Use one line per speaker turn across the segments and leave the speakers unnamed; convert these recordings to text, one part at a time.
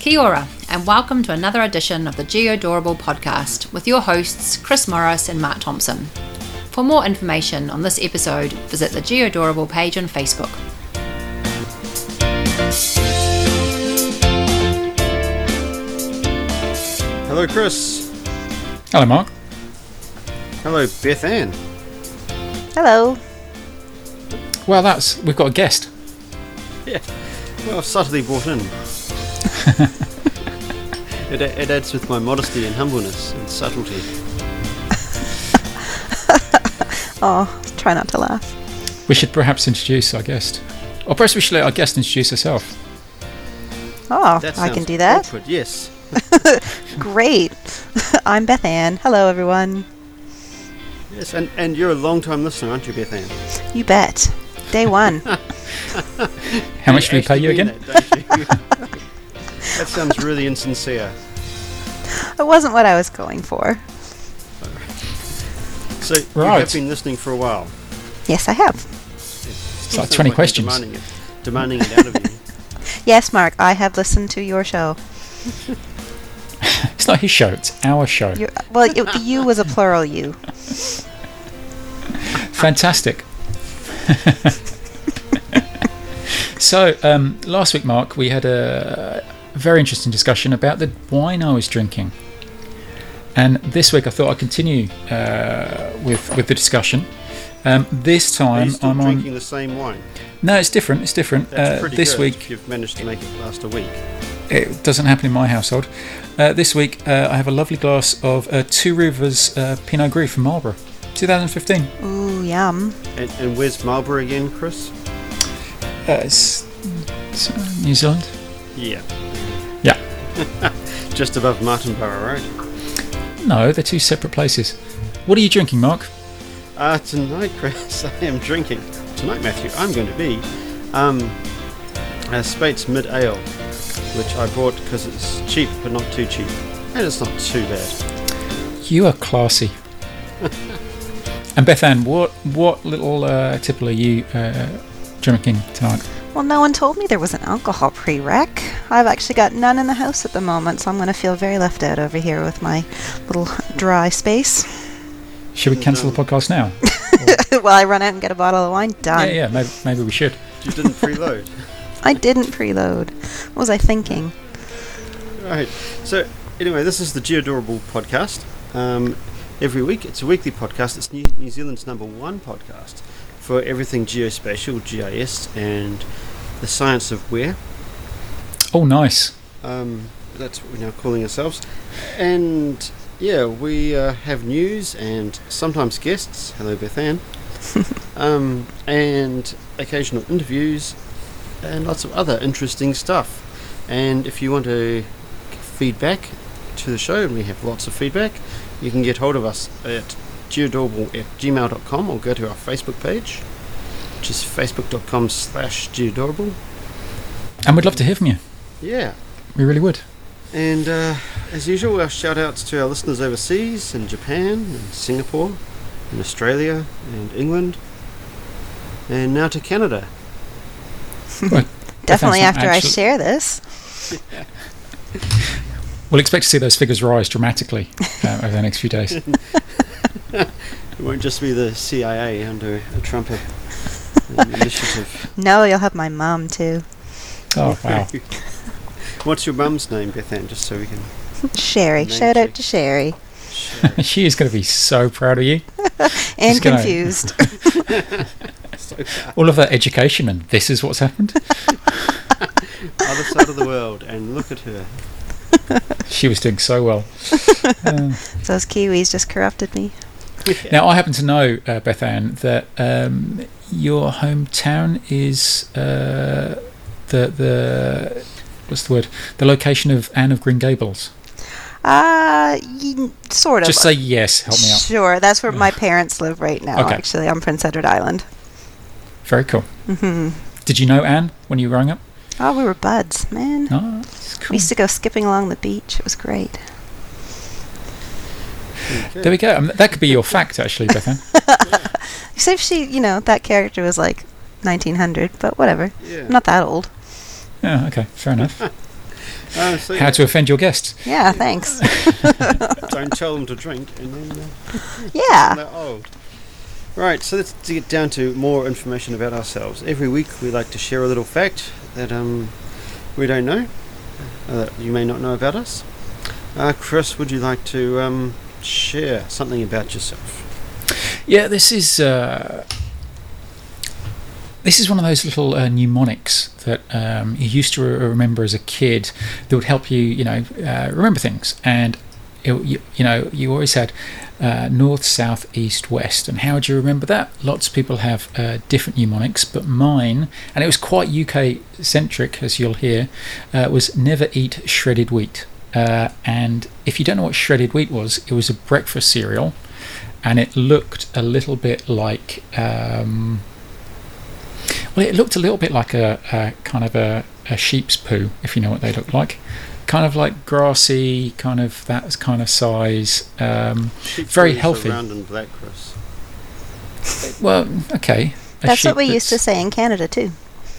Kia ora, and welcome to another edition of the Geodorable podcast with your hosts Chris Morris and Mark Thompson. For more information on this episode, visit the Geodorable page on Facebook.
Hello, Chris.
Hello, Mark.
Hello, Beth Ann.
Hello.
Well, that's we've got a guest.
Yeah. Well, subtly brought in. it, it adds with my modesty and humbleness and subtlety.
Oh, try not to laugh.
We should perhaps introduce our guest, or perhaps we should let our guest introduce herself.
Oh,
That
I can
sounds
do that.
awkward, yes.
Great. I'm Beth Ann. Hello, everyone.
Yes, and, and you're a long time listener, aren't you, Beth Ann?
You bet. Day one.
How much do we pay you again?
That, don't you? That sounds really insincere.
it wasn't what I was going for.
So you
Right.
have been listening for a while.
Yes, I have.
It's
like 20 questions.
Demanding it, demanding it out of you.
Yes, Mark, I have listened to your show.
It's not his show; it's our show.
Your, well, it, the you was a plural you.
Fantastic. so um, last week, Mark, we had a very interesting discussion about the wine I was drinking, and this week I thought I'd continue uh, with with the discussion. Um, this
Are you
time
still
I'm
drinking
on.
the same wine?
No, it's different. It's different.
That's
Uh,
pretty
this
good
week
if you've managed to make it last a week.
It doesn't happen in my household. Uh, this week, uh, I have a lovely glass of uh, Two Rivers uh, Pinot Gris from Marlborough, 2015.
Ooh, yum.
And, and where's Marlborough again, Chris?
Uh, it's, it's, uh, New Zealand.
Yeah.
Yeah.
Just above Martinborough Road.
No, they're two separate places. What are you drinking, Mark?
Uh, tonight, Chris, I am drinking. Tonight, Matthew, I'm going to be um, a Spates Mid Ale, which I bought because it's cheap, but not too cheap, and it's not too bad.
You are classy. and Beth Ann, what what little uh, tipple are you uh, drinking tonight?
Well, no one told me there was an alcohol prereq. I've actually got none in the house at the moment, so I'm going to feel very left out over here with my little dry space.
Should we cancel the podcast now?
While I run out and get a bottle of wine,
yeah,
done.
yeah, maybe, maybe we should.
You didn't preload,
I didn't preload. What was I thinking?
right? So, anyway, this is the Geodorable podcast. Um, every week, it's a weekly podcast. It's New, New Zealand's number one podcast for everything geospatial, GIS, and the science of where.
Oh, nice.
Um, that's what we're now calling ourselves. And yeah, we uh, have news and sometimes guests. Hello, Beth Ann. um, and occasional interviews and lots of other interesting stuff. And if you want to g- feedback to the show, and we have lots of feedback, you can get hold of us at geodorable at gmail.com or go to our Facebook page, which is facebook.com slash geodorable.
And we'd love to hear from you.
Yeah.
We really would.
And uh, as usual, our shout outs to our listeners overseas in Japan, and Singapore, and Australia, and England, and now to Canada.
Beth Ann's
Definitely
not
after I
actually-
share this.
We'll expect to see those figures rise dramatically uh, over the next few days.
It won't just be the CIA under a Trump um, initiative.
No, you'll have my mom too.
Oh, wow.
What's your mum's name, Beth Ann, just so we can
Sherry.
Name
Shout
check.
out to Sherry.
share? it?
she is going to be so proud of you. Just
And
gonna-
confused.
All of that education, and this is what's happened.
Other side of the world, and look at her.
She was doing so well. Um,
Those Kiwis just corrupted me.
Now, I happen to know, uh, Beth Ann, that um, your hometown is uh, the the what's the word? The location of Anne of Green Gables.
Uh, y- sort of.
Just say yes. Help me out.
Sure, that's where my parents live right now,
Okay.
actually, on Prince Edward Island. Mm-hmm.
Very cool. Did you know Anne when you were growing up?
Oh, we were buds, man.
No. That's cool.
We used to go skipping along the beach. It was great.
There we go. Um, that could be your fact, actually, Beth Ann.
Except she, you know, that character was like 1900, but whatever.
Yeah.
I'm not that old.
Yeah, okay, fair enough.
Oh, so
How to offend your guests.
Yeah, thanks.
don't tell them to drink, and then uh,
Yeah.
they're old. Right, so let's to get down to more information about ourselves. Every week, we like to share a little fact that um, we don't know, uh, that you may not know about us. Uh, Chris, would you like to um, share something about yourself?
Yeah, this is uh, this is one of those little uh, mnemonics that um, you used to re- remember as a kid that would help you, you know, uh, remember things. And it, you, you know, you always had uh, north, south, east, west. And how do you remember that? Lots of people have uh, different mnemonics, but mine, and it was quite UK centric, as you'll hear, uh, was never eat shredded wheat. Uh, and if you don't know what shredded wheat was, it was a breakfast cereal and it looked a little bit like um, well, it looked a little bit like a, a kind of a, a sheep's poo, if you know what they look like, kind of like grassy, kind of that kind of size. Um,
Sheep's
Very
ears are
healthy.
Round and black, Chris.
well, okay, a
That's what
sheep
we used to
that's-
say in Canada too.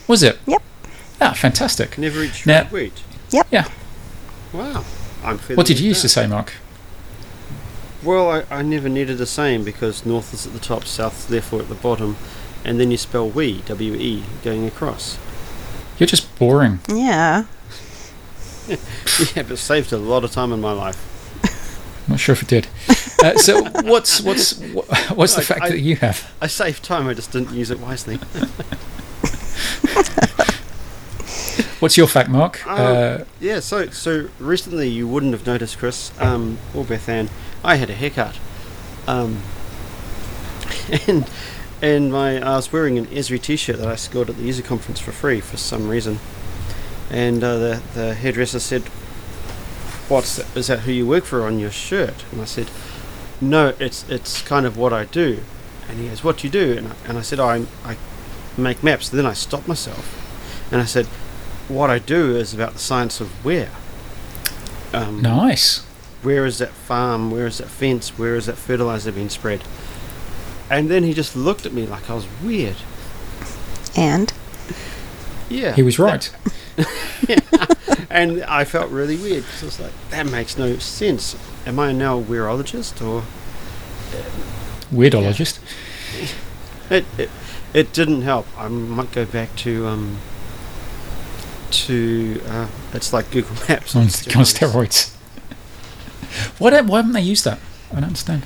Was it?
Yep.
Ah, fantastic.
Never eat shredded
Now-
wheat.
Yep.
Yeah.
Wow. I'm feeling
What did you
like
used to
that.
say, Mark?
Well, I, I never needed the same because north is at the top, south is therefore at the bottom, and then you spell we, W E, going across.
You're just boring.
Yeah.
yeah, but saved a lot of time in my life.
I'm not sure if it did. Uh, so what's what's wha- what's the
I-
fact
I-
that you have?
I saved time, I just didn't use it wisely.
What's your fact, Mark?
Um,
uh,
yeah, so so recently you wouldn't have noticed, Chris, um, or Beth Ann, I had a haircut. Um, and and my I was wearing an Esri t shirt that I scored at the user conference for free for some reason. And uh, the, the hairdresser said, What's that? Is that who you work for on your shirt? And I said, No, it's it's kind of what I do. And he goes, What do you do? And I, and I said, I, I make maps. then I stopped myself. And I said, what I do is about the science of where. Um,
nice.
Where is that farm? Where is that fence? Where is that fertilizer being spread? And then he just looked at me like I was weird.
And
Yeah.
He was right.
And I felt really weird 'cause I was like, that makes no sense. Am I now a weirologist or?
Weirdologist.
It, it, it didn't help. I might go back to um. To uh, it's like Google Maps
on, on steroids. why, don't, why haven't they used that? I don't understand.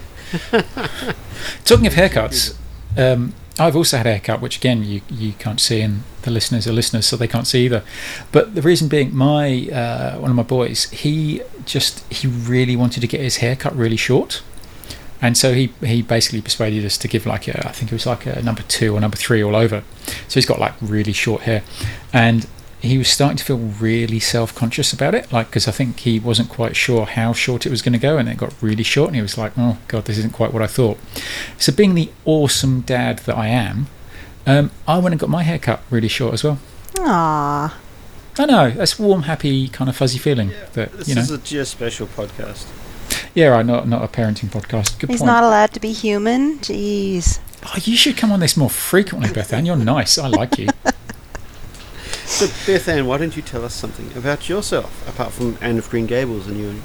Talking of haircuts, um, I've also had a haircut, which again you, you can't see, and the listeners are listeners, so they can't see either. But the reason being, my uh, one of my boys, he just he really wanted to get his haircut really short, and so he he basically persuaded us to give like a I think it was like a number two or number three all over. So he's got like really short hair, and he was starting to feel really self-conscious about it like because i think he wasn't quite sure how short it was going to go and it got really short and he was like oh god this isn't quite what i thought so being the awesome dad that i am um, i went and got my hair cut really short as well
aw.
i know that's warm happy kind of fuzzy feeling that
This
you know
is a geospatial podcast.
yeah i'm not, not a parenting podcast good
He's
point
not allowed to be human. Jeez.
oh, you should come on this more frequently bethan you're nice i like you
So, Beth Ann, why don't you tell us something about yourself, apart from Anne of Green Gables and you?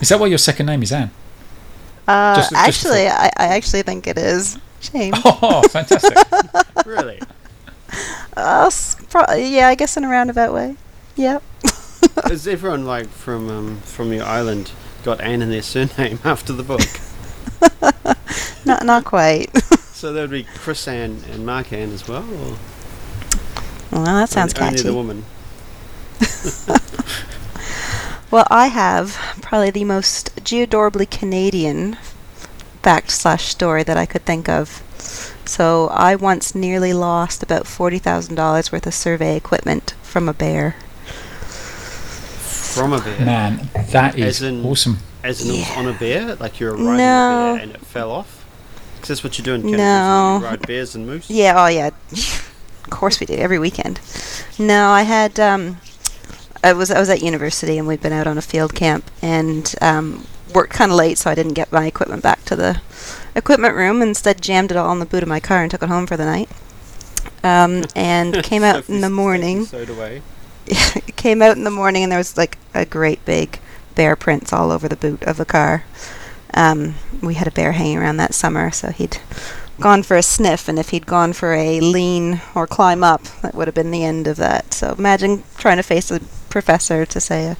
is that why your second name is anne
Uh,
Just- just a
actually, I, I actually think it is. Shame.
oh fantastic
really?
Ah.
Uh, s- pro- yeah, I guess in a roundabout way. Yep.
Is everyone like from um, from your island got Anne in their surname after the book?
Not not quite.
so that would be Chris Anne and Mark Anne as well. Or
Well, that sounds
only, Only the
catchy.
woman.
Well, I have probably the most geodorably Canadian fact slash story that I could think of. So I once nearly lost about forty thousand dollars worth of survey equipment from a bear.
From a bear,
man that
As
is
in-
awesome
as in it was
Yeah.
on a bear, like you were riding a
No.
bear and it fell off. 'Cause that's what you do in Canada.
No.
You ride bears and moose.
Yeah, oh yeah. of course we do every weekend. No, I had um, I was I was at university and we'd been out on a field camp and um, worked kind of late, so I didn't get my equipment back to the equipment room. Instead, jammed it all in the boot of my car and took it home for the night. Um, and came out
Sophie's
in the
taking
morning.
Sewed away.
it came out in the morning and there was like a great big bear prints all over the boot of the car. Um, we had a bear hanging around that summer, so he'd gone for a sniff, and if he'd gone for a lean or climb up, that would have been the end of that. So imagine trying to face a professor to say a,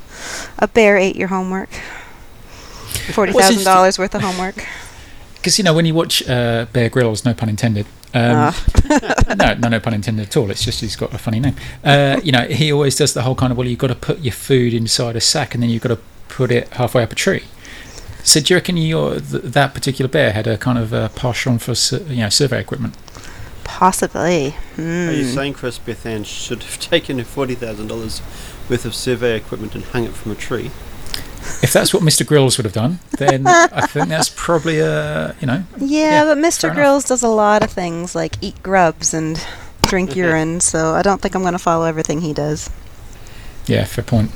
a bear ate your homework. Forty thousand dollars worth of homework.
Because you know when you watch uh, Bear Grylls, no pun intended. Um, no, no, no pun intended at all. It's just he's got a funny name. Uh, you know, he always does the whole kind of well, you've got to put your food inside a sack, and then you've got to put it halfway up a tree. So do you reckon your th- that particular bear had a kind of a penchant for su- you know survey equipment?
Possibly. Hmm.
Are you saying Chris Bethan should have taken forty thousand dollars worth of survey equipment and hung it from a tree?
If that's what Mr. Grills would have done, then I think that's probably a you know Yeah,
Yeah, but
fair
Mr.
enough.
Grills does a lot of things like eat grubs and drink urine, so I don't think I'm going to follow everything he does.
yeah fair point.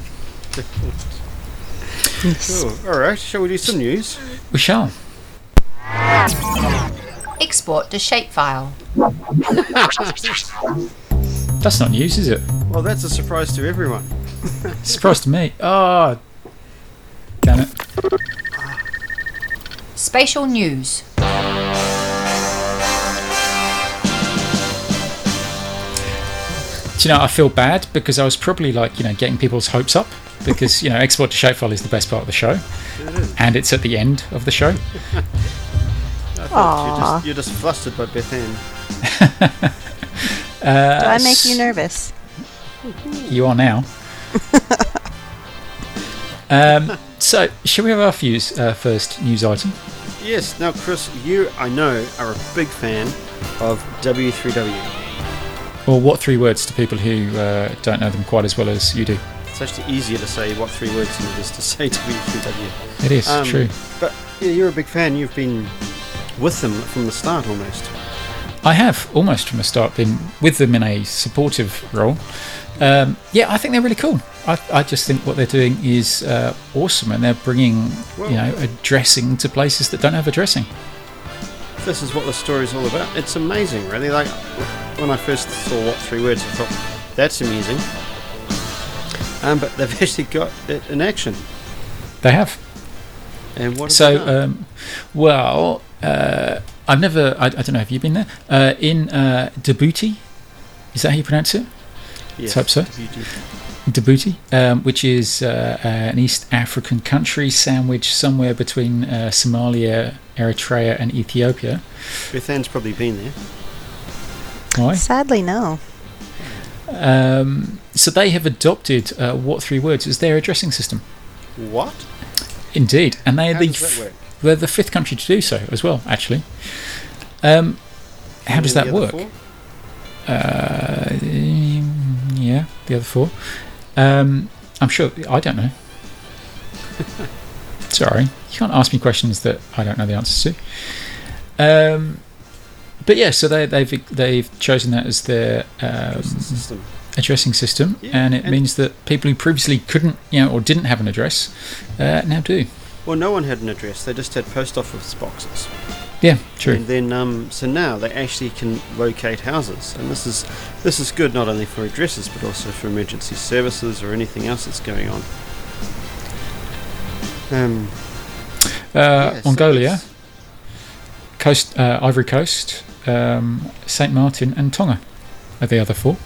Sure. All right. Shall we do some news?
We shall.
Export to shapefile.
That's not news, is it?
Well, that's a surprise to everyone.
Surprise to me. Oh, damn it.
Spatial news.
Do you know, I feel bad because I was probably like, you know, getting people's hopes up because, you know, Export to Shapefile is the best part of the show and it's at the end of the show.
I thought
Aw.
You're just, you're just flustered by Bethan.
Do
Uh,
I make you nervous?
You are now. um, so, shall we have our views, uh, first news item?
Yes. Now, Chris, you I know are a big fan of W3W.
Or what three words to people who uh, don't know them quite as well as you do?
It's actually easier to say what three words than it is to say W3W.
It is true.
But yeah, you're a big fan. You've been with them from the start almost.
I have almost from the start been with them in a supportive role. Um, yeah, I think they're really cool. I, I just think what they're doing is uh, awesome, and they're bringing you know a dressing to places that don't have a dressing.
this is what the story's all about. It's amazing, really. Like when I first saw what three words, I thought that's amazing. Um, but they've actually got it in action.
They have.
And what? have they
So,
done?
um, well, uh, I've never. I, I don't know. Have you been there? Uh, in uh, Djibouti, is that how you pronounce it?
yes.
type so.
beauty.
Djibouti, um, which is uh, uh, an East African country sandwiched somewhere between uh, Somalia, Eritrea, and Ethiopia.
Bethan's probably been there.
Why?
Sadly, no.
Um, so they have adopted uh, what three words as their addressing system.
What?
Indeed, and they are
How
the
does that work?
they're the fifth country to do so as well. Actually, um, how does
Any
that
of the
work?
other four?
Uh, mm, yeah, the other four. Um, I'm sure I don't know. Sorry, you can't ask me questions that I don't know the answers to. Um, but yeah, so they, they've they've chosen that as their um,
What's the system?
addressing system,
Yeah,
and it
and-
means that people who previously couldn't, you know, or didn't have an address, uh, now do.
Well, no one had an address. They just had post office boxes.
Yeah, true.
And then, um, so now they actually can locate houses, and this is this is good not only for addresses but also for emergency services or anything else that's going on. Um,
Uh,
yeah, so
Mongolia,
it's-
Coast, uh, Ivory Coast, um, Saint Martin, and Tonga are the other four.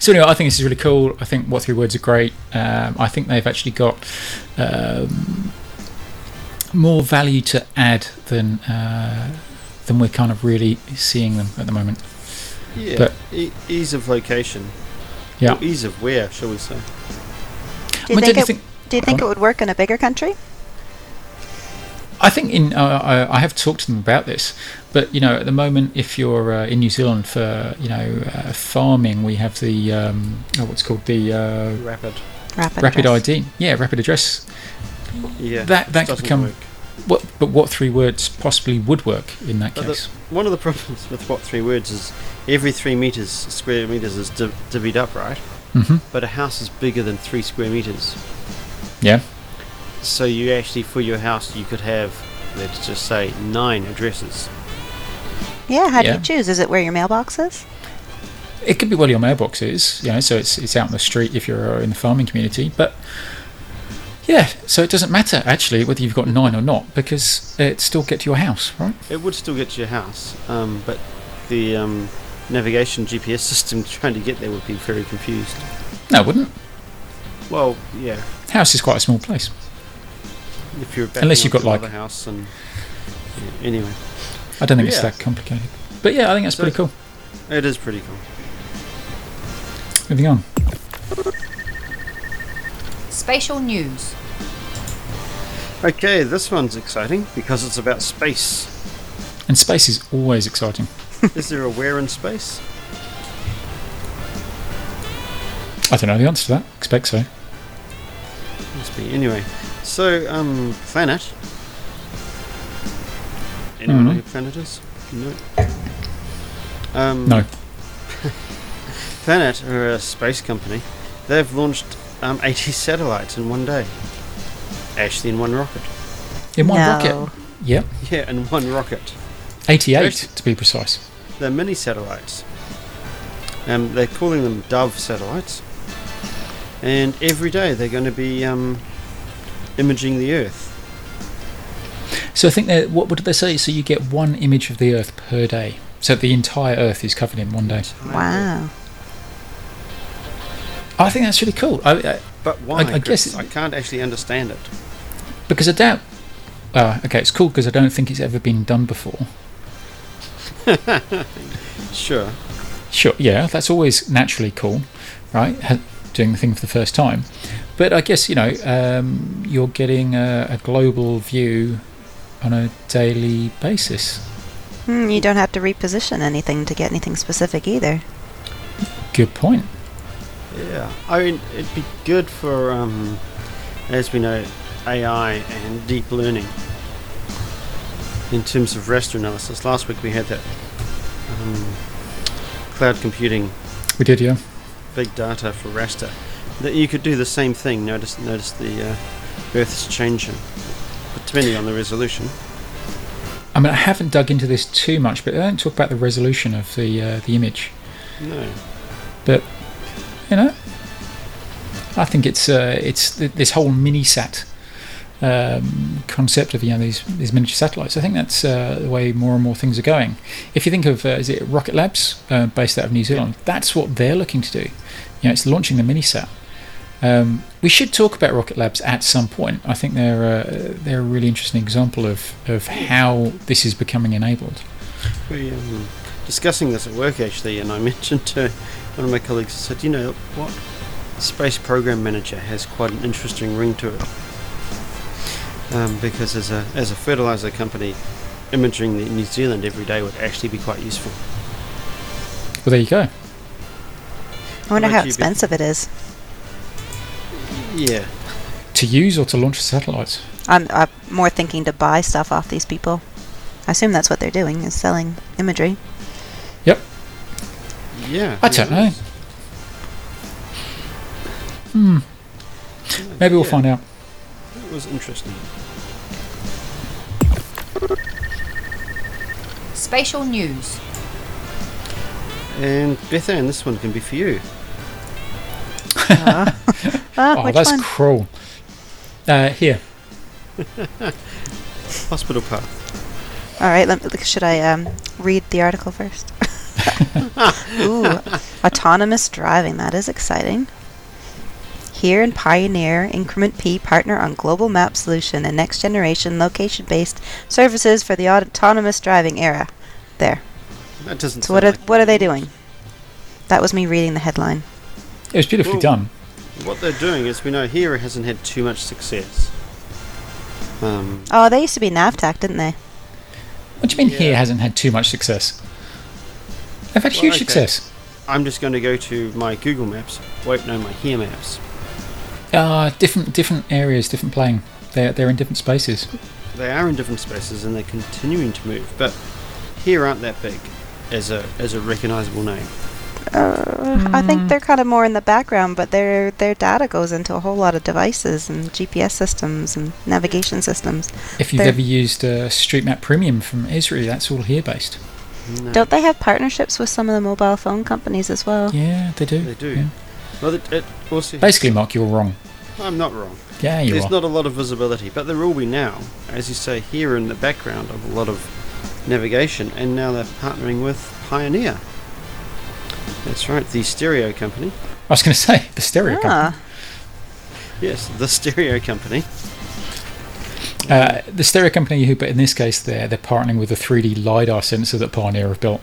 So anyway, I think this is really cool. I think what three words are great. Um, I think they've actually got um, more value to add than uh, than we're kind of really seeing them at the moment.
yeah,
But-
e- ease of location.
Yeah.
Or ease of where, shall we say?
Do you
I mean,
think
don't
it? do you think it would work in a bigger country?
I think in uh, I- I have talked to them about this, but you know at the moment if you're uh, in New Zealand for you know uh, farming, we have the um, oh, what's called the uh,
Rapid.
Rapid.
rapid
address.
ID, yeah, rapid address.
Yeah.
That that could
doesn't
become
work.
what, but what three words possibly would work in that
But the-
case?
One of the problems with what three words is every three meters square meters is div- divvied up, right?
hmm
But a house is bigger than three square meters.
Yeah.
So you actually, for your house, you could have, let's just say, nine addresses.
Yeah. How do
Yeah.
you choose? Is it where your mailbox is?
it could be where your mailbox is, you know, so it's it's out in the street if you're uh, in the farming community. But yeah, so it doesn't matter actually whether you've got nine or not because it still get to your house, right?
It would still get to your house, um, but the um, navigation GPS system trying to get there would be very confused.
No, it wouldn't.
Well, yeah,
House is quite a small place.
if you're backing
Unless you've
onto
got, like-
another house and yeah, anyway,
I don't think it's
Yeah.
that complicated. But yeah, I think that's
So-
pretty cool.
it is pretty cool.
Moving on.
Spatial news.
Okay, this one's exciting because it's about space.
And space is always exciting.
is there a where in space?
I don't know the answer to that. Expect so.
Must be anyway. So, um, planet. Anyone know
Mhm.
who planet is? No. Um,
No.
Planet are a space company. They've launched um, 80 satellites in one day. Actually, in one rocket.
In one
no.
rocket. Yep.
Yeah, in one rocket.
88
First-
to be precise.
They're mini satellites. Um, they're calling them Dove satellites. And every day they're going to be um, imaging the Earth.
So I think that what would they say? So you get one image of the Earth per day. So the entire Earth is covered in one day.
Wow.
I think that's really cool. I, I,
But why?
I guess
Chris?
it-
I can't actually understand it.
because I doubt. Uh, okay, it's cool because I don't think it's ever been done before.
Sure.
Sure, yeah, that's always naturally cool, right? Ha- Doing the thing for the first time. But I guess, you know, um, you're getting a, a global view on a daily basis.
Hmm, you don't have to reposition anything to get anything specific either.
Good point.
Yeah. I mean, it'd be good for, um, as we know, AI and deep learning in terms of raster analysis. Last week we had that um, cloud computing,
We did, yeah.
big data for raster. That you could do the same thing. Notice, notice the uh, Earth's changing, but depending on the resolution.
I mean, I haven't dug into this too much, but they don't talk about the resolution of the uh, the image.
No.
You know, I think it's uh, it's th- this whole mini sat um, concept of you know these these miniature satellites. I think that's uh, the way more and more things are going. If you think of uh, is it Rocket Labs uh, based out of New Zealand, that's what they're looking to do. You know, it's launching the mini sat. Um, we should talk about Rocket Labs at some point. I think they're uh, they're a really interesting example of of how this is becoming enabled.
We um, discussing this at work actually, and I mentioned to one of my colleagues. I said, "You know what? Space Program Manager has quite an interesting ring to it, um, because as a as a fertilizer company, imaging the New Zealand every day would actually be quite useful.
Well, there you go.
I wonder
Like
how
you be-
expensive it is.
Yeah,
To use or to launch satellites?
I'm, I'm more thinking to buy stuff off these people. I assume that's what they're doing is selling imagery.
yeah.
I don't
who
know.
knows?
Hmm. Maybe we'll
Yeah,
find out.
It was interesting.
Spatial news.
And Bethan, this one can be for you.
Ah,
oh,
which
that's
one?
cruel. Uh, here,
Hospital path.
All right, let me, should I um, read the article first? Ooh, autonomous driving. That is exciting. Here and Pioneer, Increment P partner on global map solution and next generation location based services for the aut- autonomous driving era. There.
That doesn't.
So, what are,
sound like
what are they
news.
doing? That was me reading the headline.
it was beautifully
Cool.
done.
What they're doing is, we know here it hasn't had too much success. Um,
Oh, they used to be NAVTAC, didn't they?
What do you mean here
Yeah.
hasn't had too much success? They've had
Well,
huge
okay.
success.
I'm just going to go to my Google Maps. Wait, no, my Here Maps.
Uh, different different areas, different playing. They're, they're in different spaces.
They are in different spaces and they're continuing to move, but here aren't that big as a as a recognizable name.
Uh, I think they're kind of more in the background, but their their data goes into a whole lot of devices and GPS systems and navigation systems.
If you've
They're-
ever used uh, Street Map Premium from Esri, that's all here based.
No.
Don't they have partnerships with some of the mobile phone companies as well?
Yeah, they do.
They do.
yeah.
Well, it, it also,
Basically, Mark, you're wrong.
I'm not wrong.
Yeah, you
There's
are.
not a lot of visibility, but there will be now, as you say, here in the background of a lot of navigation, and now they're partnering with Pioneer. That's right, the stereo company.
I was going to say the stereo company.
Ah,
Yes, the stereo company.
Uh, the stereo company, who, but in this case, they're they're partnering with the 3D lidar sensor that Pioneer have built.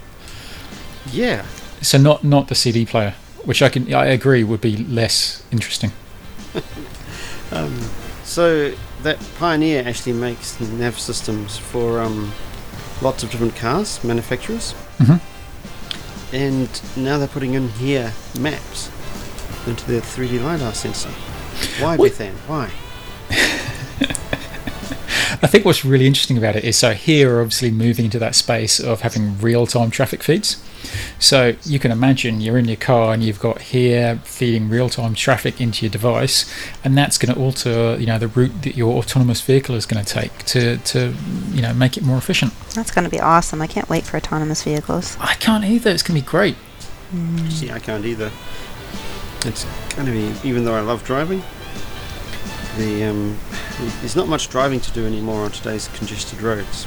Yeah,
So not not the CD player, which I can I agree would be less interesting.
so that Pioneer actually makes nav systems for um, lots of different cars, manufacturers.
Mhm.
And now they're putting in here maps into their 3D LiDAR sensor. Why,
What-
Bethan? Why?
I think what's really interesting about it is so here are obviously moving into that space of having real time traffic feeds. So you can imagine you're in your car and you've got here feeding real time traffic into your device, and that's going to alter you know the route that your autonomous vehicle is going to take to to you know make it more efficient.
that's going to be awesome. I can't wait for autonomous vehicles.
I can't either. It's going to be great.
See, I can't either. It's going to be, even though I love driving, the um, there's not much driving to do anymore on today's congested roads.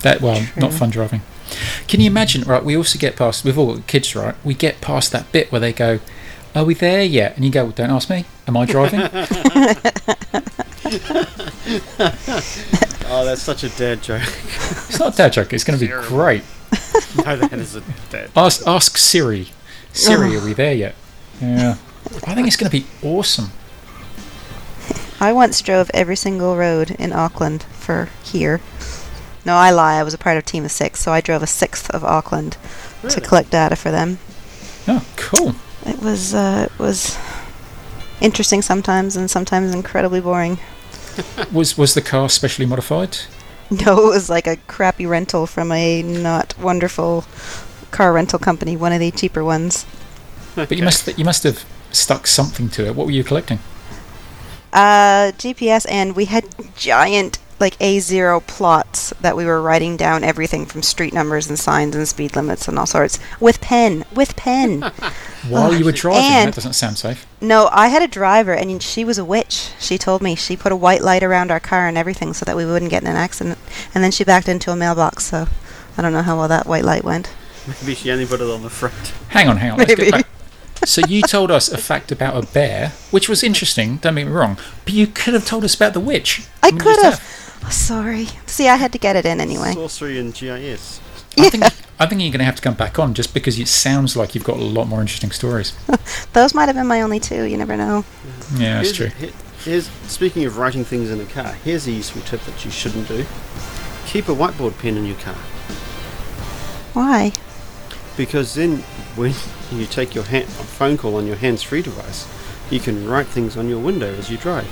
That well, not
True.
fun driving. Can you imagine? Right, we also get past. We've all got kids, right? We get past that bit where they go, "Are we there yet?" And you go, well, "Don't ask me. Am I driving?"
Oh, that's such a dad joke.
it's not a dad joke. It's going to be
Terrible.
great.
no, that is a dad.
Ask ask Siri. Siri, are we there yet? Yeah. I think it's going to be awesome.
I once drove every single road in Auckland for here. No, I lie. I was a part of Team of Six, so I drove a sixth of Auckland to
Really?
collect data for them.
Oh, cool.
It was uh, it was interesting sometimes, and sometimes incredibly boring.
Was was the car specially modified?
No, it was like a crappy rental from a not wonderful car rental company, one of the cheaper ones.
But you must you must have stuck something to it. What were you collecting?
Uh, GPS, and we had giant like A0 plots that we were writing down everything from street numbers and signs and speed limits and all sorts with pen, with pen.
While you were driving, that
Oh, and-
doesn't sound safe.
No, I had a driver, and she was a witch. She told me she put a white light around our car and everything so that we wouldn't get in an accident. And then she backed into a mailbox, so I don't know how well that white light went.
Maybe she only put it on the front.
Hang on, hang on. Let's
Maybe.
get back. So you told us a fact about a bear, which was interesting. Don't get me wrong, but you could have told us about the witch.
I
mean, you
could
just
have. Oh, sorry. See, I had to get it in anyway.
Sorcery and GIS.
I think I think you're going to have to come back on just because it sounds like you've got a lot more interesting stories.
Those might have been my only two. You never know.
Yeah, that's
here's,
true.
he- here's- speaking of writing things in a car, here's a useful tip that you shouldn't do. Keep a whiteboard pen in your car
Why?
because then when you take your ha- phone call on your hands-free device, you can write things on your window as you drive.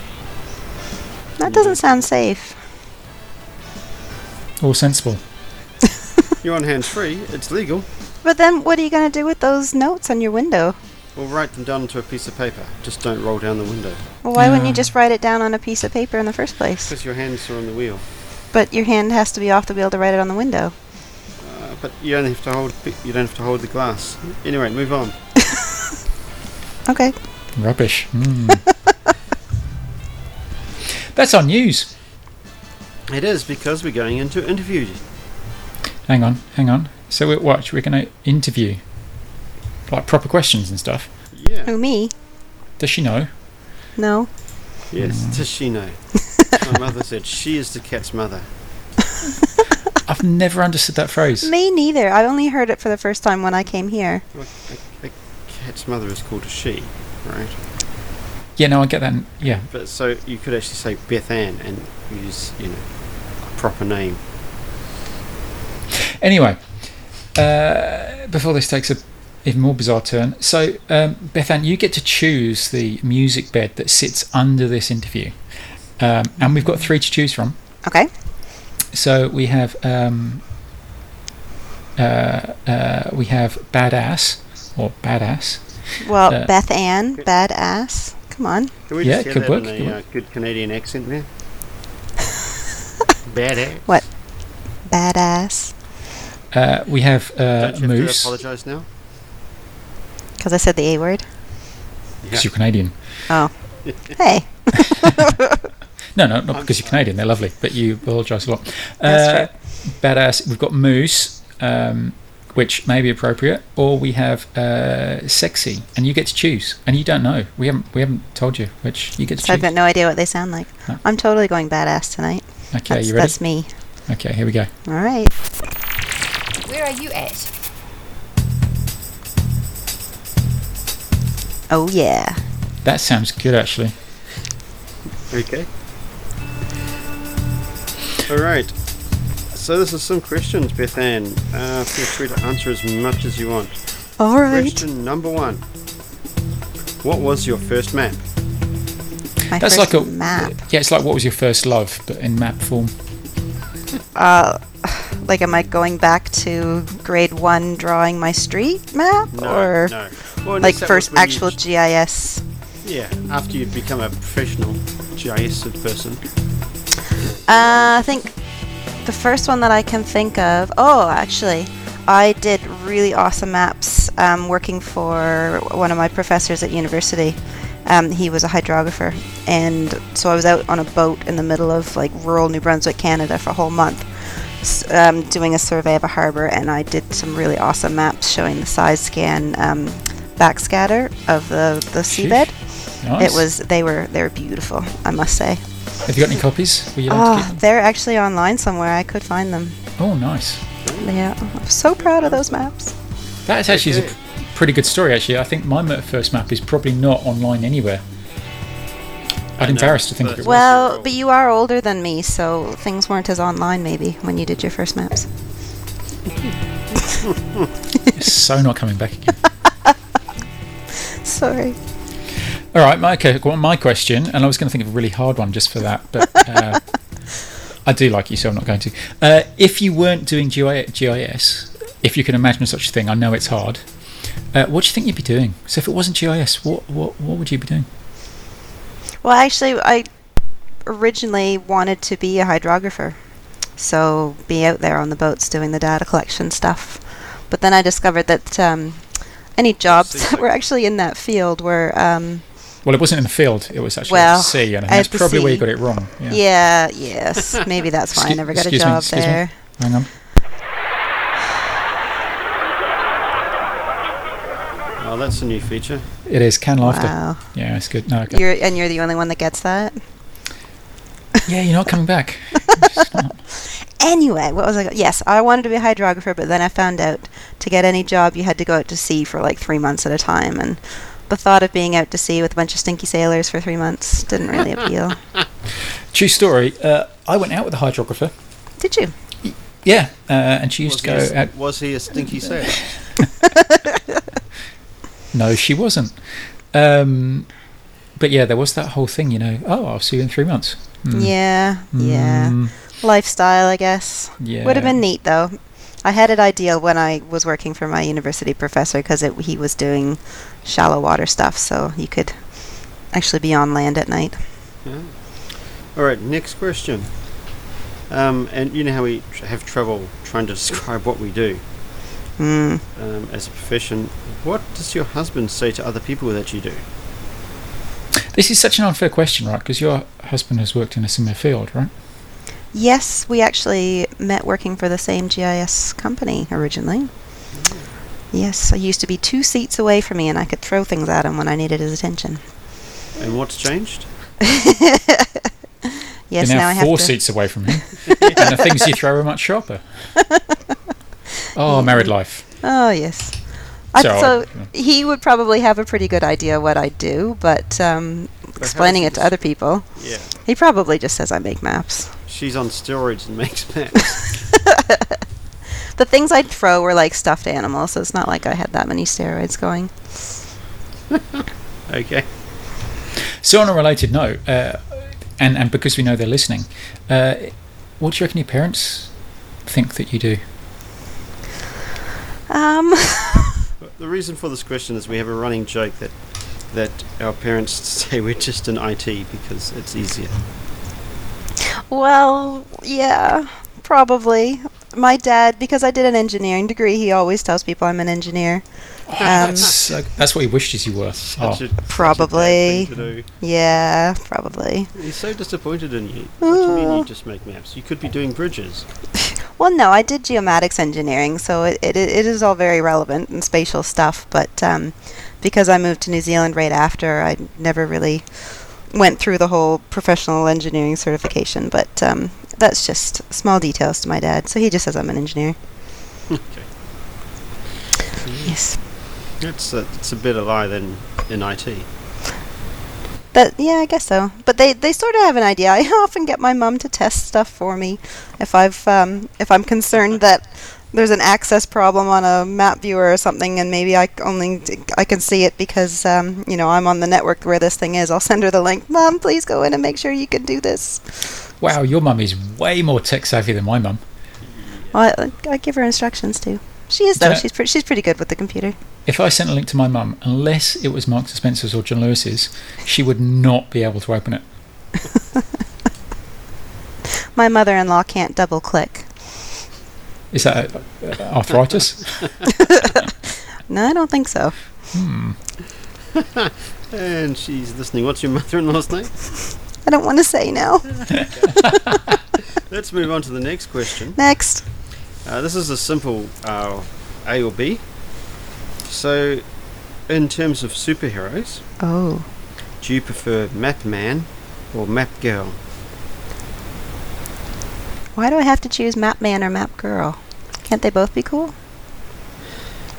That doesn't sound safe.
All sensible.
You're on hands-free, it's legal.
But then, what are you going to do with those notes on your window?
Well, write them down onto a piece of paper. Just don't roll down the window
Well, why wouldn't you
Yeah.
just write it down on a piece of paper in the first place?
because your hands are on the wheel.
But your hand has to be off the wheel to write it on the window.
Uh, but you don't have to hold. pi- You don't have to hold the glass. Anyway, move on.
Okay.
Rubbish. Mm. that's our news.
It is because we're going into interview.
Hang on, hang on. So we watch. We're going to interview, like proper questions and stuff.
Yeah.
Who me?
Does she know?
No.
Yes.
Mm.
Does she know? My mother said she is the cat's mother.
I've never understood that phrase.
Me neither. I only heard it for the first time when I came here.
Well, A, a cat's mother is called a she, right?
Yeah, no, I get that. Yeah,
But so you could actually say Beth Ann and use you know a proper name.
Anyway, uh, before this takes a even more bizarre turn, so um, Bethan, you get to choose the music bed that sits under this interview, um, and we've got three to choose from.
Okay.
So we have um, uh, uh, we have badass or badass.
Well,
Uh,
Beth Ann, badass. Come on.
Can we
Yeah,
just hear
it could
that
work,
in
could
a uh, good Canadian accent there? Bad ass.
Badass.
Uh, we have uh,
Don't you have
moose
to apologise now?
Because I said the A word.
Yeah.
because you're Canadian.
Oh. hey.
No, no, not
I'm
because you're
sorry.
Canadian. They're lovely, but you apologise a lot. Uh,
That's
Badass. We've got moose, um, which may be appropriate, or we have uh, sexy, and you get to choose, and you don't know. We haven't we haven't told you which you get to
So I've
choose.
got no idea what they sound like.
No.
I'm totally going badass tonight.
Okay,
that's,
you ready?
that's me.
Okay, here we go.
All right.
Where are you at?
Oh, yeah.
That sounds good, actually.
Okay. All right. So this is some questions, Beth Ann. Uh, feel free to answer as much as you want.
All right.
Question number one. What was your first map?
My
That's like
first
a
map.
Yeah, it's like what was your first love, but in map form.
Uh, like, am I going back to grade one drawing my street map? or
no. Well,
like
unless that
first
was when
actual
you-
GIS?
yeah, after you'd become a professional GIS person.
Uh, I think the first one that I can think of. Oh, actually, I did really awesome maps um, working for one of my professors at university. Um, he was a hydrographer, and so I was out on a boat in the middle of like rural New Brunswick, Canada, for a whole month, s- um, doing a survey of a harbor, and I did some really awesome maps showing the size scan um, backscatter of the the
Sheesh.
seabed.
Nice.
It was they were they were beautiful, I must say.
Have you got any copies? Were you allowed to
Oh,
keep
they're actually online somewhere. I could find them.
them? Oh, nice.
Yeah, I'm so proud of those maps.
That is actually a
Okay.
pr- pretty good story. Actually, I think my ma- first map is probably not online anywhere. I'm
know,
embarrassed to think of
but-
it. was.
Well, but you are older than me, so things weren't as online maybe when you did your first maps.
It's so not coming back again.
Sorry.
All right, my okay, well, my question, and I was going to think of a really hard one just for that, but uh, I do like you, so I'm not going to. Uh, if you weren't doing GI- GIS, if you can imagine such a thing, I know it's hard. Uh, what do you think you'd be doing? So, if it wasn't GIS, what what what would you be doing?
Well, actually, I originally wanted to be a hydrographer, so be out there on the boats doing the data collection stuff. But then I discovered that um, any jobs
seems
that
like-
were actually in that field were um,
Well, it wasn't in the field; it was actually at
Well,
sea, and I
at
think
the
that's probably where you
sea.
got it wrong. Yeah.
yeah, yes, maybe that's why I
Excuse-
never got a
excuse me,
job
excuse me.
there.
Hang on.
Oh, that's a new feature.
It is can laughter.
Wow.
Yeah, it's good. No, okay.
You're and you're the only one that gets that.
yeah, you're not coming back.
Anyway, what was I? Go- yes, I wanted to be a hydrographer, but then I found out to get any job you had to go out to sea for like three months at a time, and the thought of being out to sea with a bunch of stinky sailors for three months didn't really appeal.
True story. Uh, I went out with a hydrographer.
Did you?
Yeah, uh, and she used
Was
to
he,
go
a,
out.
was he a stinky sailor?
No, she wasn't. Um, but yeah, there was that whole thing, you know. Oh, I'll see you in three months. Hmm.
Yeah, yeah.
Mm,
Lifestyle, I guess.
yeah.
Would have been neat though. I had it ideal when I was working for my university professor because he was doing shallow water stuff, so you could actually be on land at night.
All right, next question. Um, and you know how we tr- have trouble trying to describe what we do
Mm.
um, as a profession. What does your husband say to other people that you do?
This is such an unfair question, right? Because your husband has worked in a similar field, right?
Yes, we actually met working for the same GIS company originally. Yes, I used to be two seats away from me and I could throw things at him when I needed his attention.
And what's changed?
Yes,
You're now,
now I have
four
to.
seats away from him, and the things you throw are much sharper. Oh, married life.
Oh, yes. I,
So,
so
yeah.
he would probably have a pretty good idea what I do, but um, explaining it to other people,
Yeah,
he probably just says I make maps.
she's on steroids and makes maps.
The things I'd throw were like stuffed animals, so it's not like I had that many steroids going.
okay.
So, on a related note, uh, and and because we know they're listening, uh, what do you reckon your parents think that you do?
Um,
But The reason for this question is we have a running joke that that our parents say we're just in IT because it's easier.
Well, yeah, probably. my dad, because I did an engineering degree, he always tells people I'm an engineer. Um,
that's, so- that's what he wishes you were. Oh,
Such a- such a bad
Probably.
thing to do.
yeah, probably.
He's so disappointed in you. What do you mean you
Ooh.
just make maps? You could be doing bridges.
Well, no, I did geomatics engineering, so it, it, it is all very relevant and spatial stuff. But um, because I moved to New Zealand right after, I never really went through the whole professional engineering certification. But um, that's just small details to my dad. So he just says I'm an engineer.
okay.
Yes.
That's a, it's a better lie than in IT.
That yeah, I guess so. But they, they sort of have an idea. I often get my mum to test stuff for me if I've um, if I'm concerned that there's an access problem on a map viewer or something, and maybe I c- only d- I can see it because um, you know I'm on the network where this thing is. I'll send her the link. Mom, please go in and make sure you can do this.
wow, your mum is way more tech savvy than my mum.
Well, I, I give her instructions too. She is though.
Yeah.
She's pretty. She's pretty good with the computer.
If I sent a link to my mum, unless it was Marks and Spencer's or John Lewis's, she would not be able to open it.
My mother-in-law can't double click.
Is that uh, uh, arthritis?
No, I don't think so.
Hmm.
And she's listening. What's your mother-in-law's name?
I don't want to say no.
Let's move on to the next question.
Next.
Uh, this is a simple uh, A or B. So, in terms of superheroes,
Oh.
do you prefer Map Man or Map Girl?
Why do I have to choose Map Man or Map Girl? Can't they both be cool?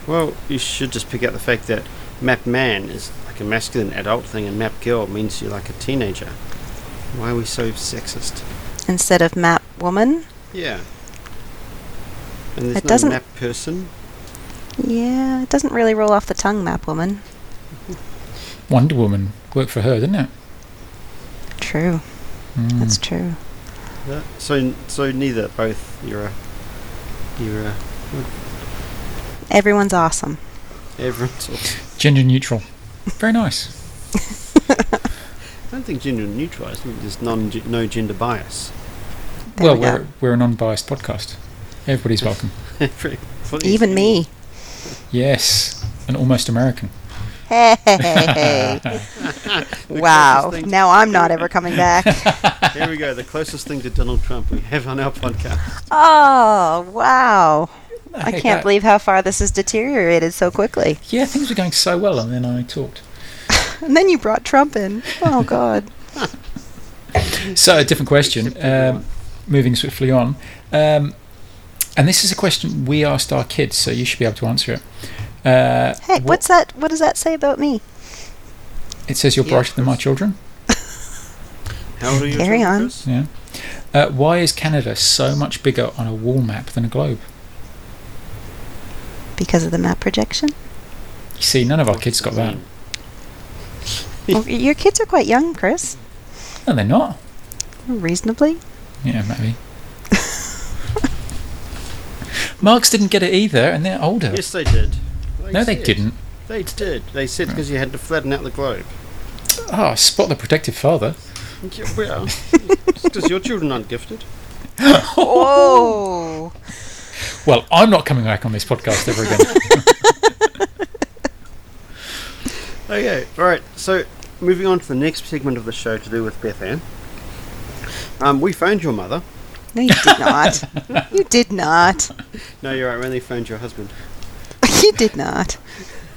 Well, you should just pick out the fact that Map Man is like a masculine adult thing, and Map Girl means you're like a teenager. Why are we so sexist?
Instead of Map Woman?
Yeah. And there's
It
no
doesn't-
map person.
Yeah, it doesn't really roll off the tongue, Map Woman.
Wonder Woman worked for her, didn't it?
True,
Hmm.
that's true.
Yeah. So, so neither. Both. You're a. You're a.
Everyone's awesome.
Everyone's. all-
Gender neutral. Very nice.
I don't think gender neutral. I think there's non no gender bias.
There
well,
we
are
go.
we're an unbiased podcast. Everybody's welcome.
Pretty- pretty-
Even me.
Yes, and almost American.
Hey, hey, hey, hey.
The
wow.
closest thing-
Now I'm not ever coming back.
Here we go. The closest thing to Donald Trump we have on our podcast.
oh, wow. I
Hey,
can't
that-
believe how far this has deteriorated so quickly.
Yeah, things were going so well, and then I talked.
And then you brought Trump in. Oh, God.
So, a different question.
Except everyone.
Um, moving swiftly on, um, and this is a question we asked our kids, so you should be able to answer it. Uh,
Hey,
what-
what's that? What does that say about me?
It says you're
Yeah,
brighter than my
Chris.
children.
How old are your
Carry
children,
on.
Chris?
Yeah. Uh, why is Canada so much bigger on a wall map than a globe?
Because of the map projection?
You see, none of our kids got that.
Well, your kids are quite young, Chris.
No, they're not.
Reasonably.
Yeah, maybe. Marks didn't get it either, and they're older.
Yes, they did.
no, they
said-
didn't.
They did. They said because you had to flatten out the globe.
Ah, spot the protective father.
Yeah, well, because your children aren't gifted.
Oh.
Well, I'm not coming back on this podcast ever again.
Okay, alright, so moving on to the next segment of the show to do with Beth Ann. Um, we phoned your mother.
No, you did not. you did not.
No, you're right, we only phoned your husband.
You did not.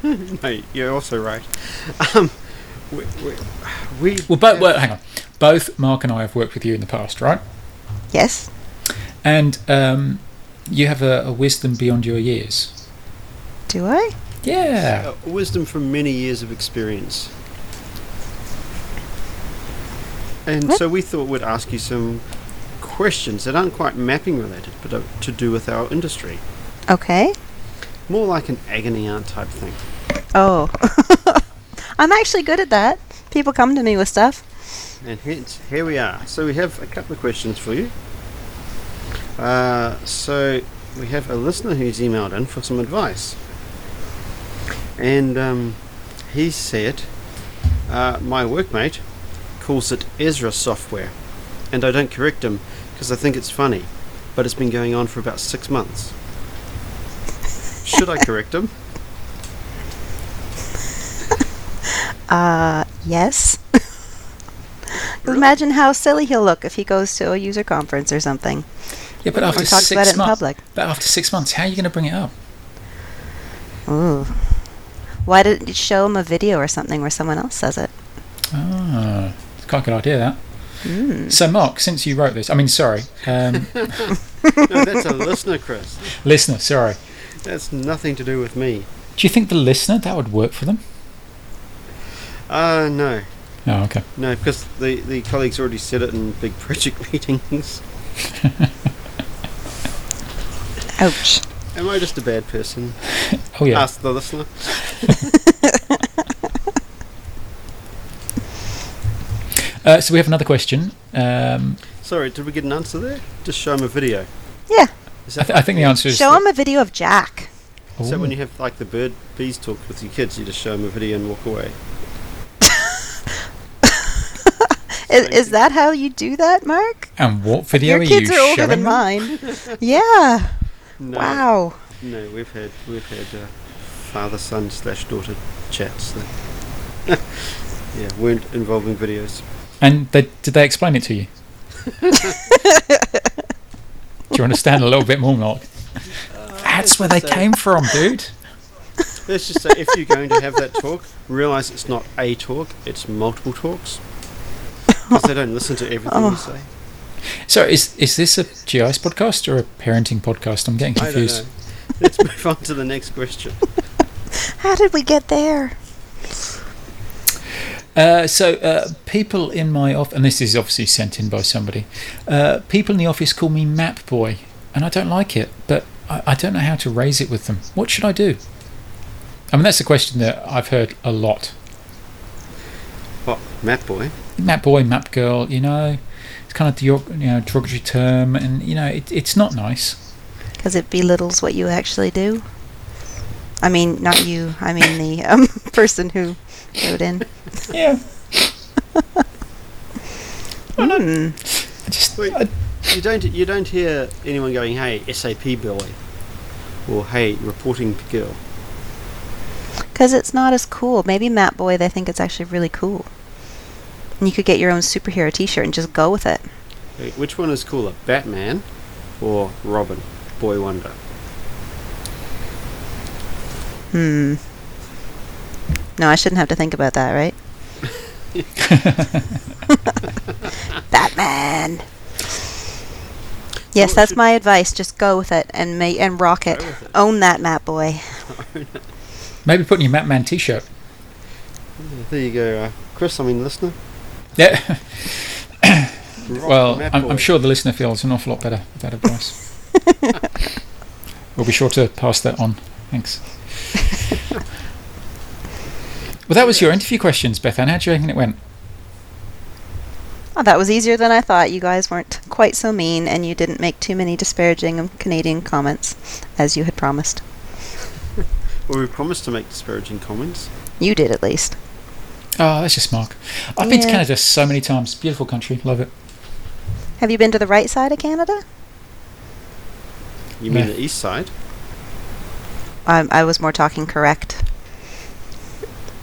No, you're also right. Um, we, we, we
well, both, well, hang on. Both Mark and I have worked with you in the past, right?
Yes.
And um, you have a, a wisdom beyond your years.
Do I?
Yeah.
uh, wisdom from many years of experience. And so we thought we'd ask you some questions that aren't quite mapping related, but are to do with our industry.
Okay.
More like an agony aunt type thing.
Oh. I'm actually good at that. People come to me with stuff.
And hence, here we are. So we have a couple of questions for you. Uh, so we have a listener who's emailed in for some advice, and um, he said, uh, "My workmate calls it Ezra software, and I don't correct him because I think it's funny, but it's been going on for about six months. Should I correct him?
Uh, yes. Imagine how silly he'll look if he goes to a user conference or something.
Yeah, but
Or
after
talks
six
about it in
months.
public.
But after six months, how are you going to bring it up?
Ooh. Why didn't you show him a video or something where someone else says it?
Ah, it's quite a good idea that.
Hmm.
So, Mark, since you wrote this, I mean, sorry, um,
No, that's a listener, Chris.
listener, sorry.
That's nothing to do with me.
Do you think the listener that would work for them?
Uh, no.
Oh, okay.
No, because the, the colleagues already said it in big project meetings.
Ouch.
Am I just a bad person?
Oh yeah.
Ask the listener.
Uh, so we have another question. Um,
Sorry, did we get an answer there? Just show him a video.
Yeah.
Is
I, th- I think the answer is.
Show him a video of Jack.
Ooh.
So when you have like the bird bees talk with your kids, you just show them a video and walk away.
Is, is that how you do that, Mark?
and what video
Your
are
kids
you
are older
showing? them?
than mine. yeah.
No,
Wow.
No, we've had we've had uh, father son slash daughter chats that yeah weren't involving videos.
And they, did they explain it to you? Do you understand a little bit more, Mark? That's where they
so.
came from, dude.
Let's just say if you're going to have that talk, realize it's not a talk; it's multiple talks. Because they don't listen to everything
Oh.
you say.
So is is this a GIS podcast or a parenting podcast? I'm getting
I don't
confused.
know. Let's move on to the next question.
How did we get there?
Uh, so uh, people in my office, and this is obviously sent in by somebody. Uh, people in the office call me Map Boy, and I don't like it, but I, I don't know how to raise it with them. What should I do? I mean, that's a question that I've heard a lot.
What, Matt boy?
Map Boy, Map Girl, you know, it's kind of the you know derogatory term, and you know, it, it's not nice.
Because it belittles what you actually do. I mean, not you. I mean the um, person who wrote in.
Yeah,
Hmm.
I just
Wait.
I-
You don't you don't hear anyone going, "Hey, SAP boy," or "Hey, reporting girl."
Because it's not as cool. Maybe Matt Boy, they think it's actually really cool. And you could get your own superhero t shirt and just go with it.
Okay, Which one is cooler, Batman or Robin, Boy Wonder?
Hmm. No, I shouldn't have to think about that, right? Batman! Yes,
Well,
that's
should-
my advice. Just go with it and make and rock it.
Oh, Go with it.
Own that, Matt Boy.
maybe putting your Map Man T-shirt.
There you go, uh, Chris. I mean, listener.
Yeah.
Rock
Well,
Matt
I'm,
Boy.
I'm sure the listener feels an awful lot better with that advice. we'll be sure to pass that on. Thanks. well, that was your interview questions, Bethan. How do you reckon it went?
Oh, that was easier than I thought. You guys weren't quite so mean, and you didn't make too many disparaging um, Canadian comments, as you had promised.
Well, we promised to make disparaging comments.
You did, at least.
Oh, that's just Mark. I've been to
Yeah.
Canada so many times. Beautiful country. Love it.
Have you been to the right side of Canada?
You mean
Yeah.
the east side?
I, Um, I was more talking correct.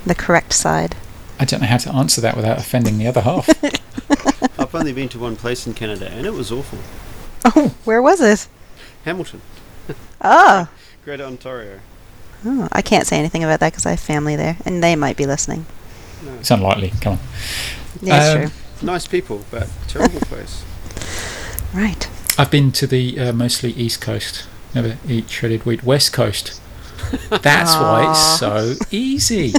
The correct side.
I don't know how to answer that without offending the other half.
I've only been to one place in Canada, and it was awful.
Oh, where was it?
Hamilton,
Oh,
Greater Ontario.
oh I can't say anything about that because I have family there, and they might be listening.
it's unlikely. Come on.
Yeah, it's
Um,
true.
Nice people, but terrible place.
Right.
I've been to the uh, mostly East Coast. Never eat shredded wheat. West Coast. That's why it's so easy.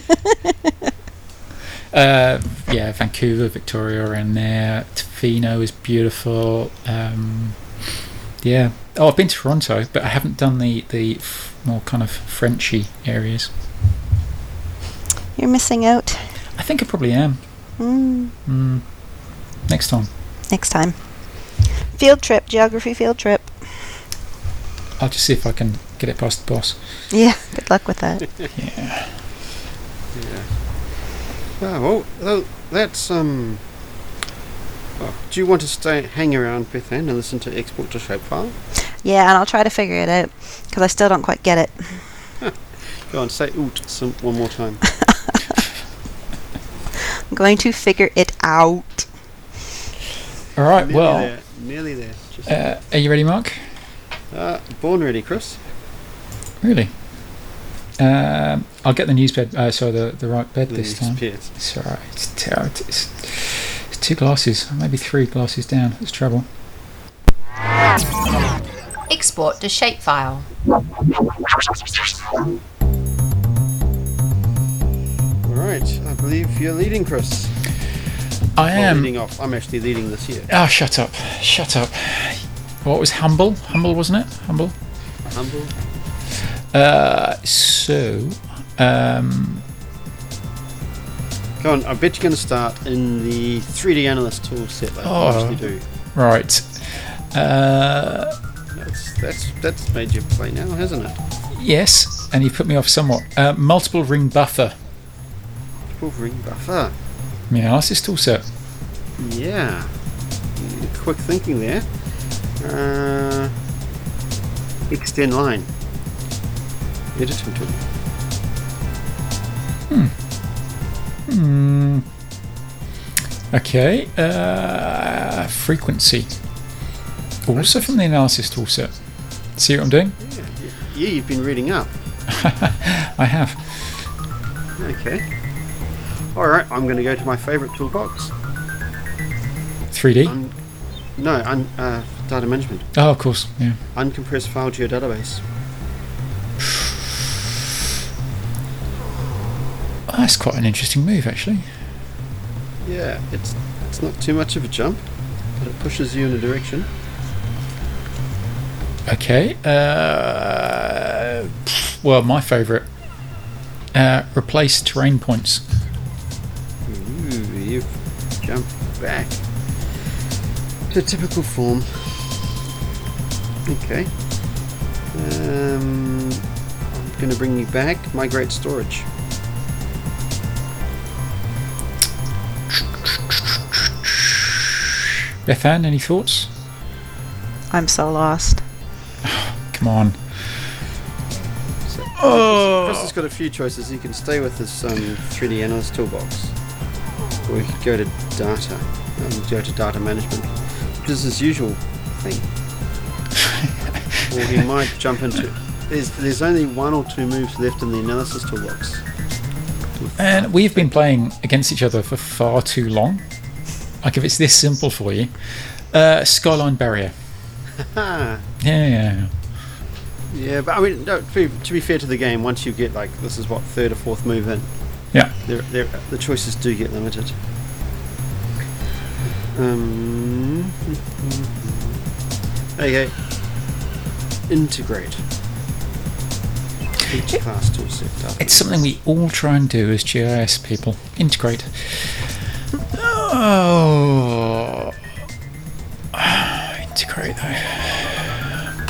uh, yeah, Vancouver, Victoria, around there. Tofino is beautiful. Um, yeah. Oh, I've been to Toronto, but I haven't done the the f- more kind of Frenchy areas.
You're missing out.
I think I probably am.
Mm,
Mm, next time,
next time. Field trip, geography field trip.
I'll just see if I can get it past the boss.
Yeah, good luck with that.
Yeah.
Ah, Yeah. Oh, well, tho- that's um. Do you want to stay, hang around, Beth Ann, and listen to Export to Shapefile?
Yeah, and I'll try to figure it out because I still don't quite get it.
Go on, say oot some, one more time.
I'm going to figure it out.
All right.
nearly
Well,
there, nearly there. Just, uh,
uh, are you ready, Mark?
born ready, Chris.
Really? Um, I'll get the newsbed. Uh, sorry, the the right bed this time.
Yes.
It's alright. It's, ter- it's, it's two glasses, maybe three glasses down. It's trouble.
Export to shapefile.
All right, I believe you're leading, Chris.
I
Well,
am.
leading off. I'm actually leading this year.
Oh, Ah, shut up. Shut up. What was humble? Humble, wasn't it? Humble.
Humble.
Uh, so, um,
Go on, I bet you're going to start in the 3D analyst tool set like
Oh.
you usually do.
right. Uh,
That's, that's, that's made you play now, hasn't it?
yes, and you put me off somewhat. Uh, multiple ring buffer.
Wolverine buffer.
I mean, analysis tool set.
Yeah. Mm, Quick thinking there. Uh, extend line. Editing tool.
Hmm. Okay. Uh, frequency. Also from the analysis tool set. See what I'm doing?
Yeah, yeah. yeah, you've been reading up.
I have.
Okay. Alright, I'm going to go to my favourite toolbox.
3D.
Un- no, un- uh, data management.
oh, of course. Yeah.
Uncompressed file to your database.
Oh, that's quite an interesting move, actually.
Yeah, it's it's not too much of a jump, but it pushes you in a direction.
Okay. Uh, well, my favourite. Uh, replace terrain points.
Ooh, you jump back to typical form. Okay. Um, I'm going to bring you back. Migrate storage.
Bethan, any thoughts?
I'm so lost.
Come on.
So Chris has got a few choices. He can stay with his um, 3D analyst toolbox, or he could go to data, um, go to data management, which is his usual thing. or he might jump into. There's there's only one or two moves left in the analysis toolbox.
And we've been playing against each other for far too long. Like, if it's this simple for you, uh, skyline barrier.
Ah,
Yeah, yeah,
yeah, but I mean, no, to, be, to be fair to the game, once you get like this is what third or fourth move in,
yeah.
there, there, the choices do get limited. Um, okay. Integrate. Each class tool set up.
It's something we all try and do as GIS people. Integrate. Oh, integrate though.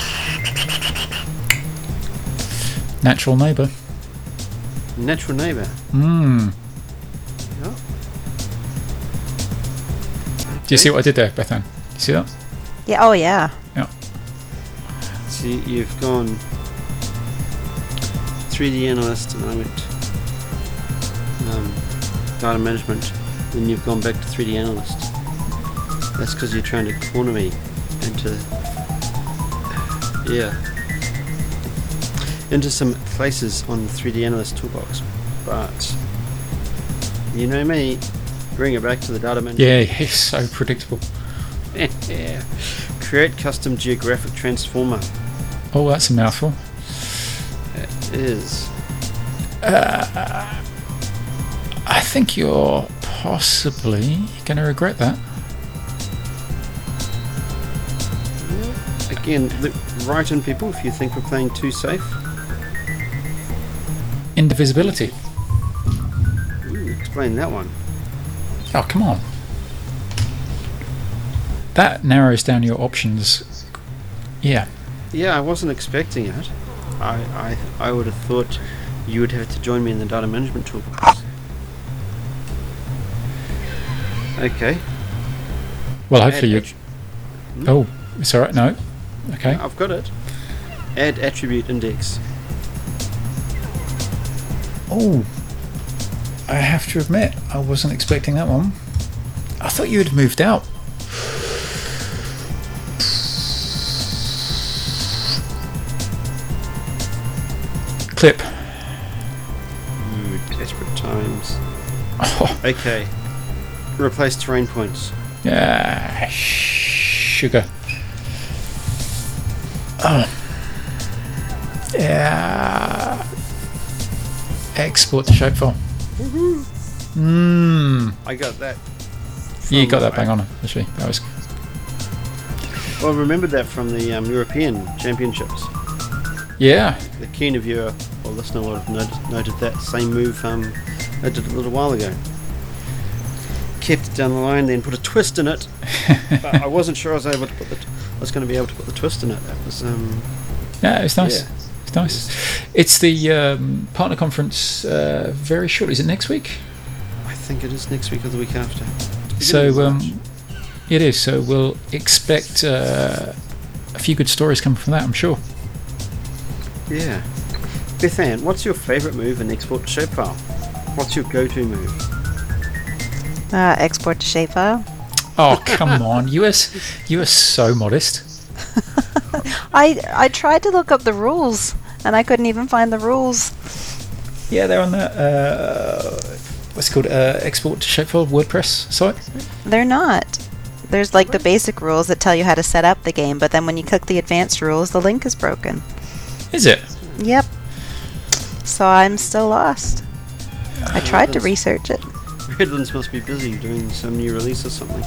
Natural neighbour.
Natural neighbor. Oh.
Hmm.
Yeah.
Do you see what I did there, Bethan? You see that?
Yeah. Oh yeah.
See, you've gone 3D analyst, and I went um, data management. Then you've gone back to 3D analyst. That's because you're trying to corner me into yeah into some places on 3D analyst toolbox. But you know me, bring it back to the data management.
Yeah, he's so predictable.
Yeah. Create custom geographic transformer.
Oh, that's a mouthful.
It is.
I think you're possibly going to regret that.
Again, the, write in people if you think we're playing too safe.
Indivisibility.
Ooh, explain that one.
Oh, come on. That narrows down your options. Yeah.
Yeah, I wasn't expecting it. I, I, I would have thought you would have to join me in the data management toolbox. Okay.
Well, hopefully you.
Add
Oh, it's all right. No. Okay.
attri- I've got it. Add attribute index.
Oh, I have to admit, I wasn't expecting that one. I thought you had moved out. Clip.
Ooh, desperate times.
Oh,
Okay. Replace terrain points.
yeah, Ah, sugar. Um, Oh, yeah. Export to shapefile. Mmm.
I got that.
You
from-
got that bang on, actually. That was
Well, I remembered that from the um, European Championships.
yeah.
The keen viewer or listener would have noted, noted that same move um, I did a little while ago. Kept it down the line, then put a twist in it. but I wasn't sure I was able to put the. T- I was going to be able to put the twist in it. That was um,
Yeah, it's nice.
Yeah.
It's nice. It's the um, partner conference uh, very shortly. Is it next week?
I think it is next week or the week after. Beginning of
So
March.
um, it is. So we'll expect uh, a few good stories coming from that. I'm sure.
yeah, Beth Ann, what's your favourite move in export to shapefile? What's your go-to move?
Uh, export to shapefile.
Oh come on, you are s- you are so modest.
I I tried to look up the rules and I couldn't even find the rules.
Yeah, they're on the uh, what's it called uh, export to shapefile WordPress site.
They're not. There's like the basic rules that tell you how to set up the game, but then when you click the advanced rules, the link is broken.
Is it?
Yep. So I'm still lost. I tried to research it.
Redlands must be busy doing some new release or something.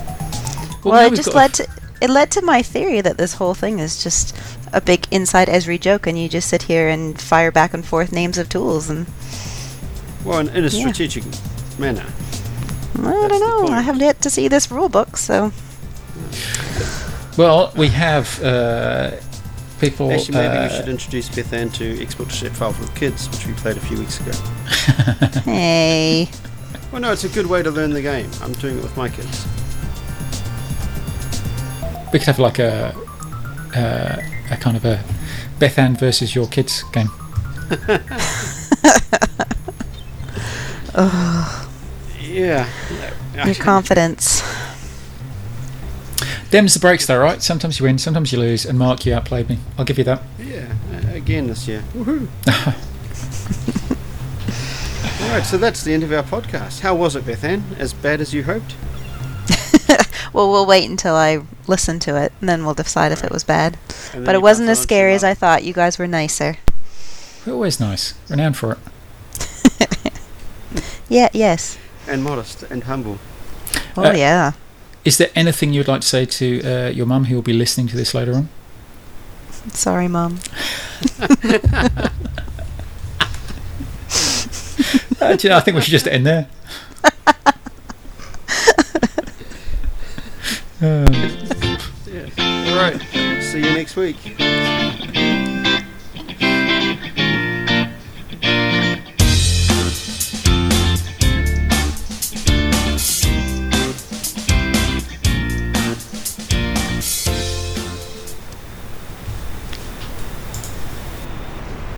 Well,
now
it
we've
just
got a
led to it led to my theory that this whole thing is just a big inside Esri joke, and you just sit here and fire back and forth names of tools, and
Well, in, in a
Yeah.
strategic manner.
I
That's the
don't know. I
point.
haven't yet to see this rule book, so
Well, we have uh, people.
Actually, maybe
uh,
we should introduce Beth Ann to Export to Shapefile for Kids, which we played a few weeks ago.
hey,
Well, no, it's a good way to learn the game. I'm doing it with my kids.
we could have like a uh, a kind of a Beth Ann versus your kids game.
Yeah.
your confidence.
Them's the breaks, though, right? Sometimes you win, sometimes you lose, and Mark, you outplayed me. I'll give you that.
Yeah, a- again this year. Woohoo! All right, so that's the end of our podcast. How was it, Beth Ann? As bad as you hoped?
Well, we'll wait until I listen to it, and then we'll decide if it was bad.
And then
But
you
it wasn't
pass
as
on to
scary as
Mark.
I thought. You guys were nicer.
We're always nice, renowned for it.
Yeah. Yes.
And modest and humble.
Oh
Uh,
yeah.
Is there anything you'd like to say to uh, your mum, who will be listening to this later on?
Sorry, mom.
Uh, do you know, I think we should just end there. Uh, Um,
Yeah. All right, see you next week.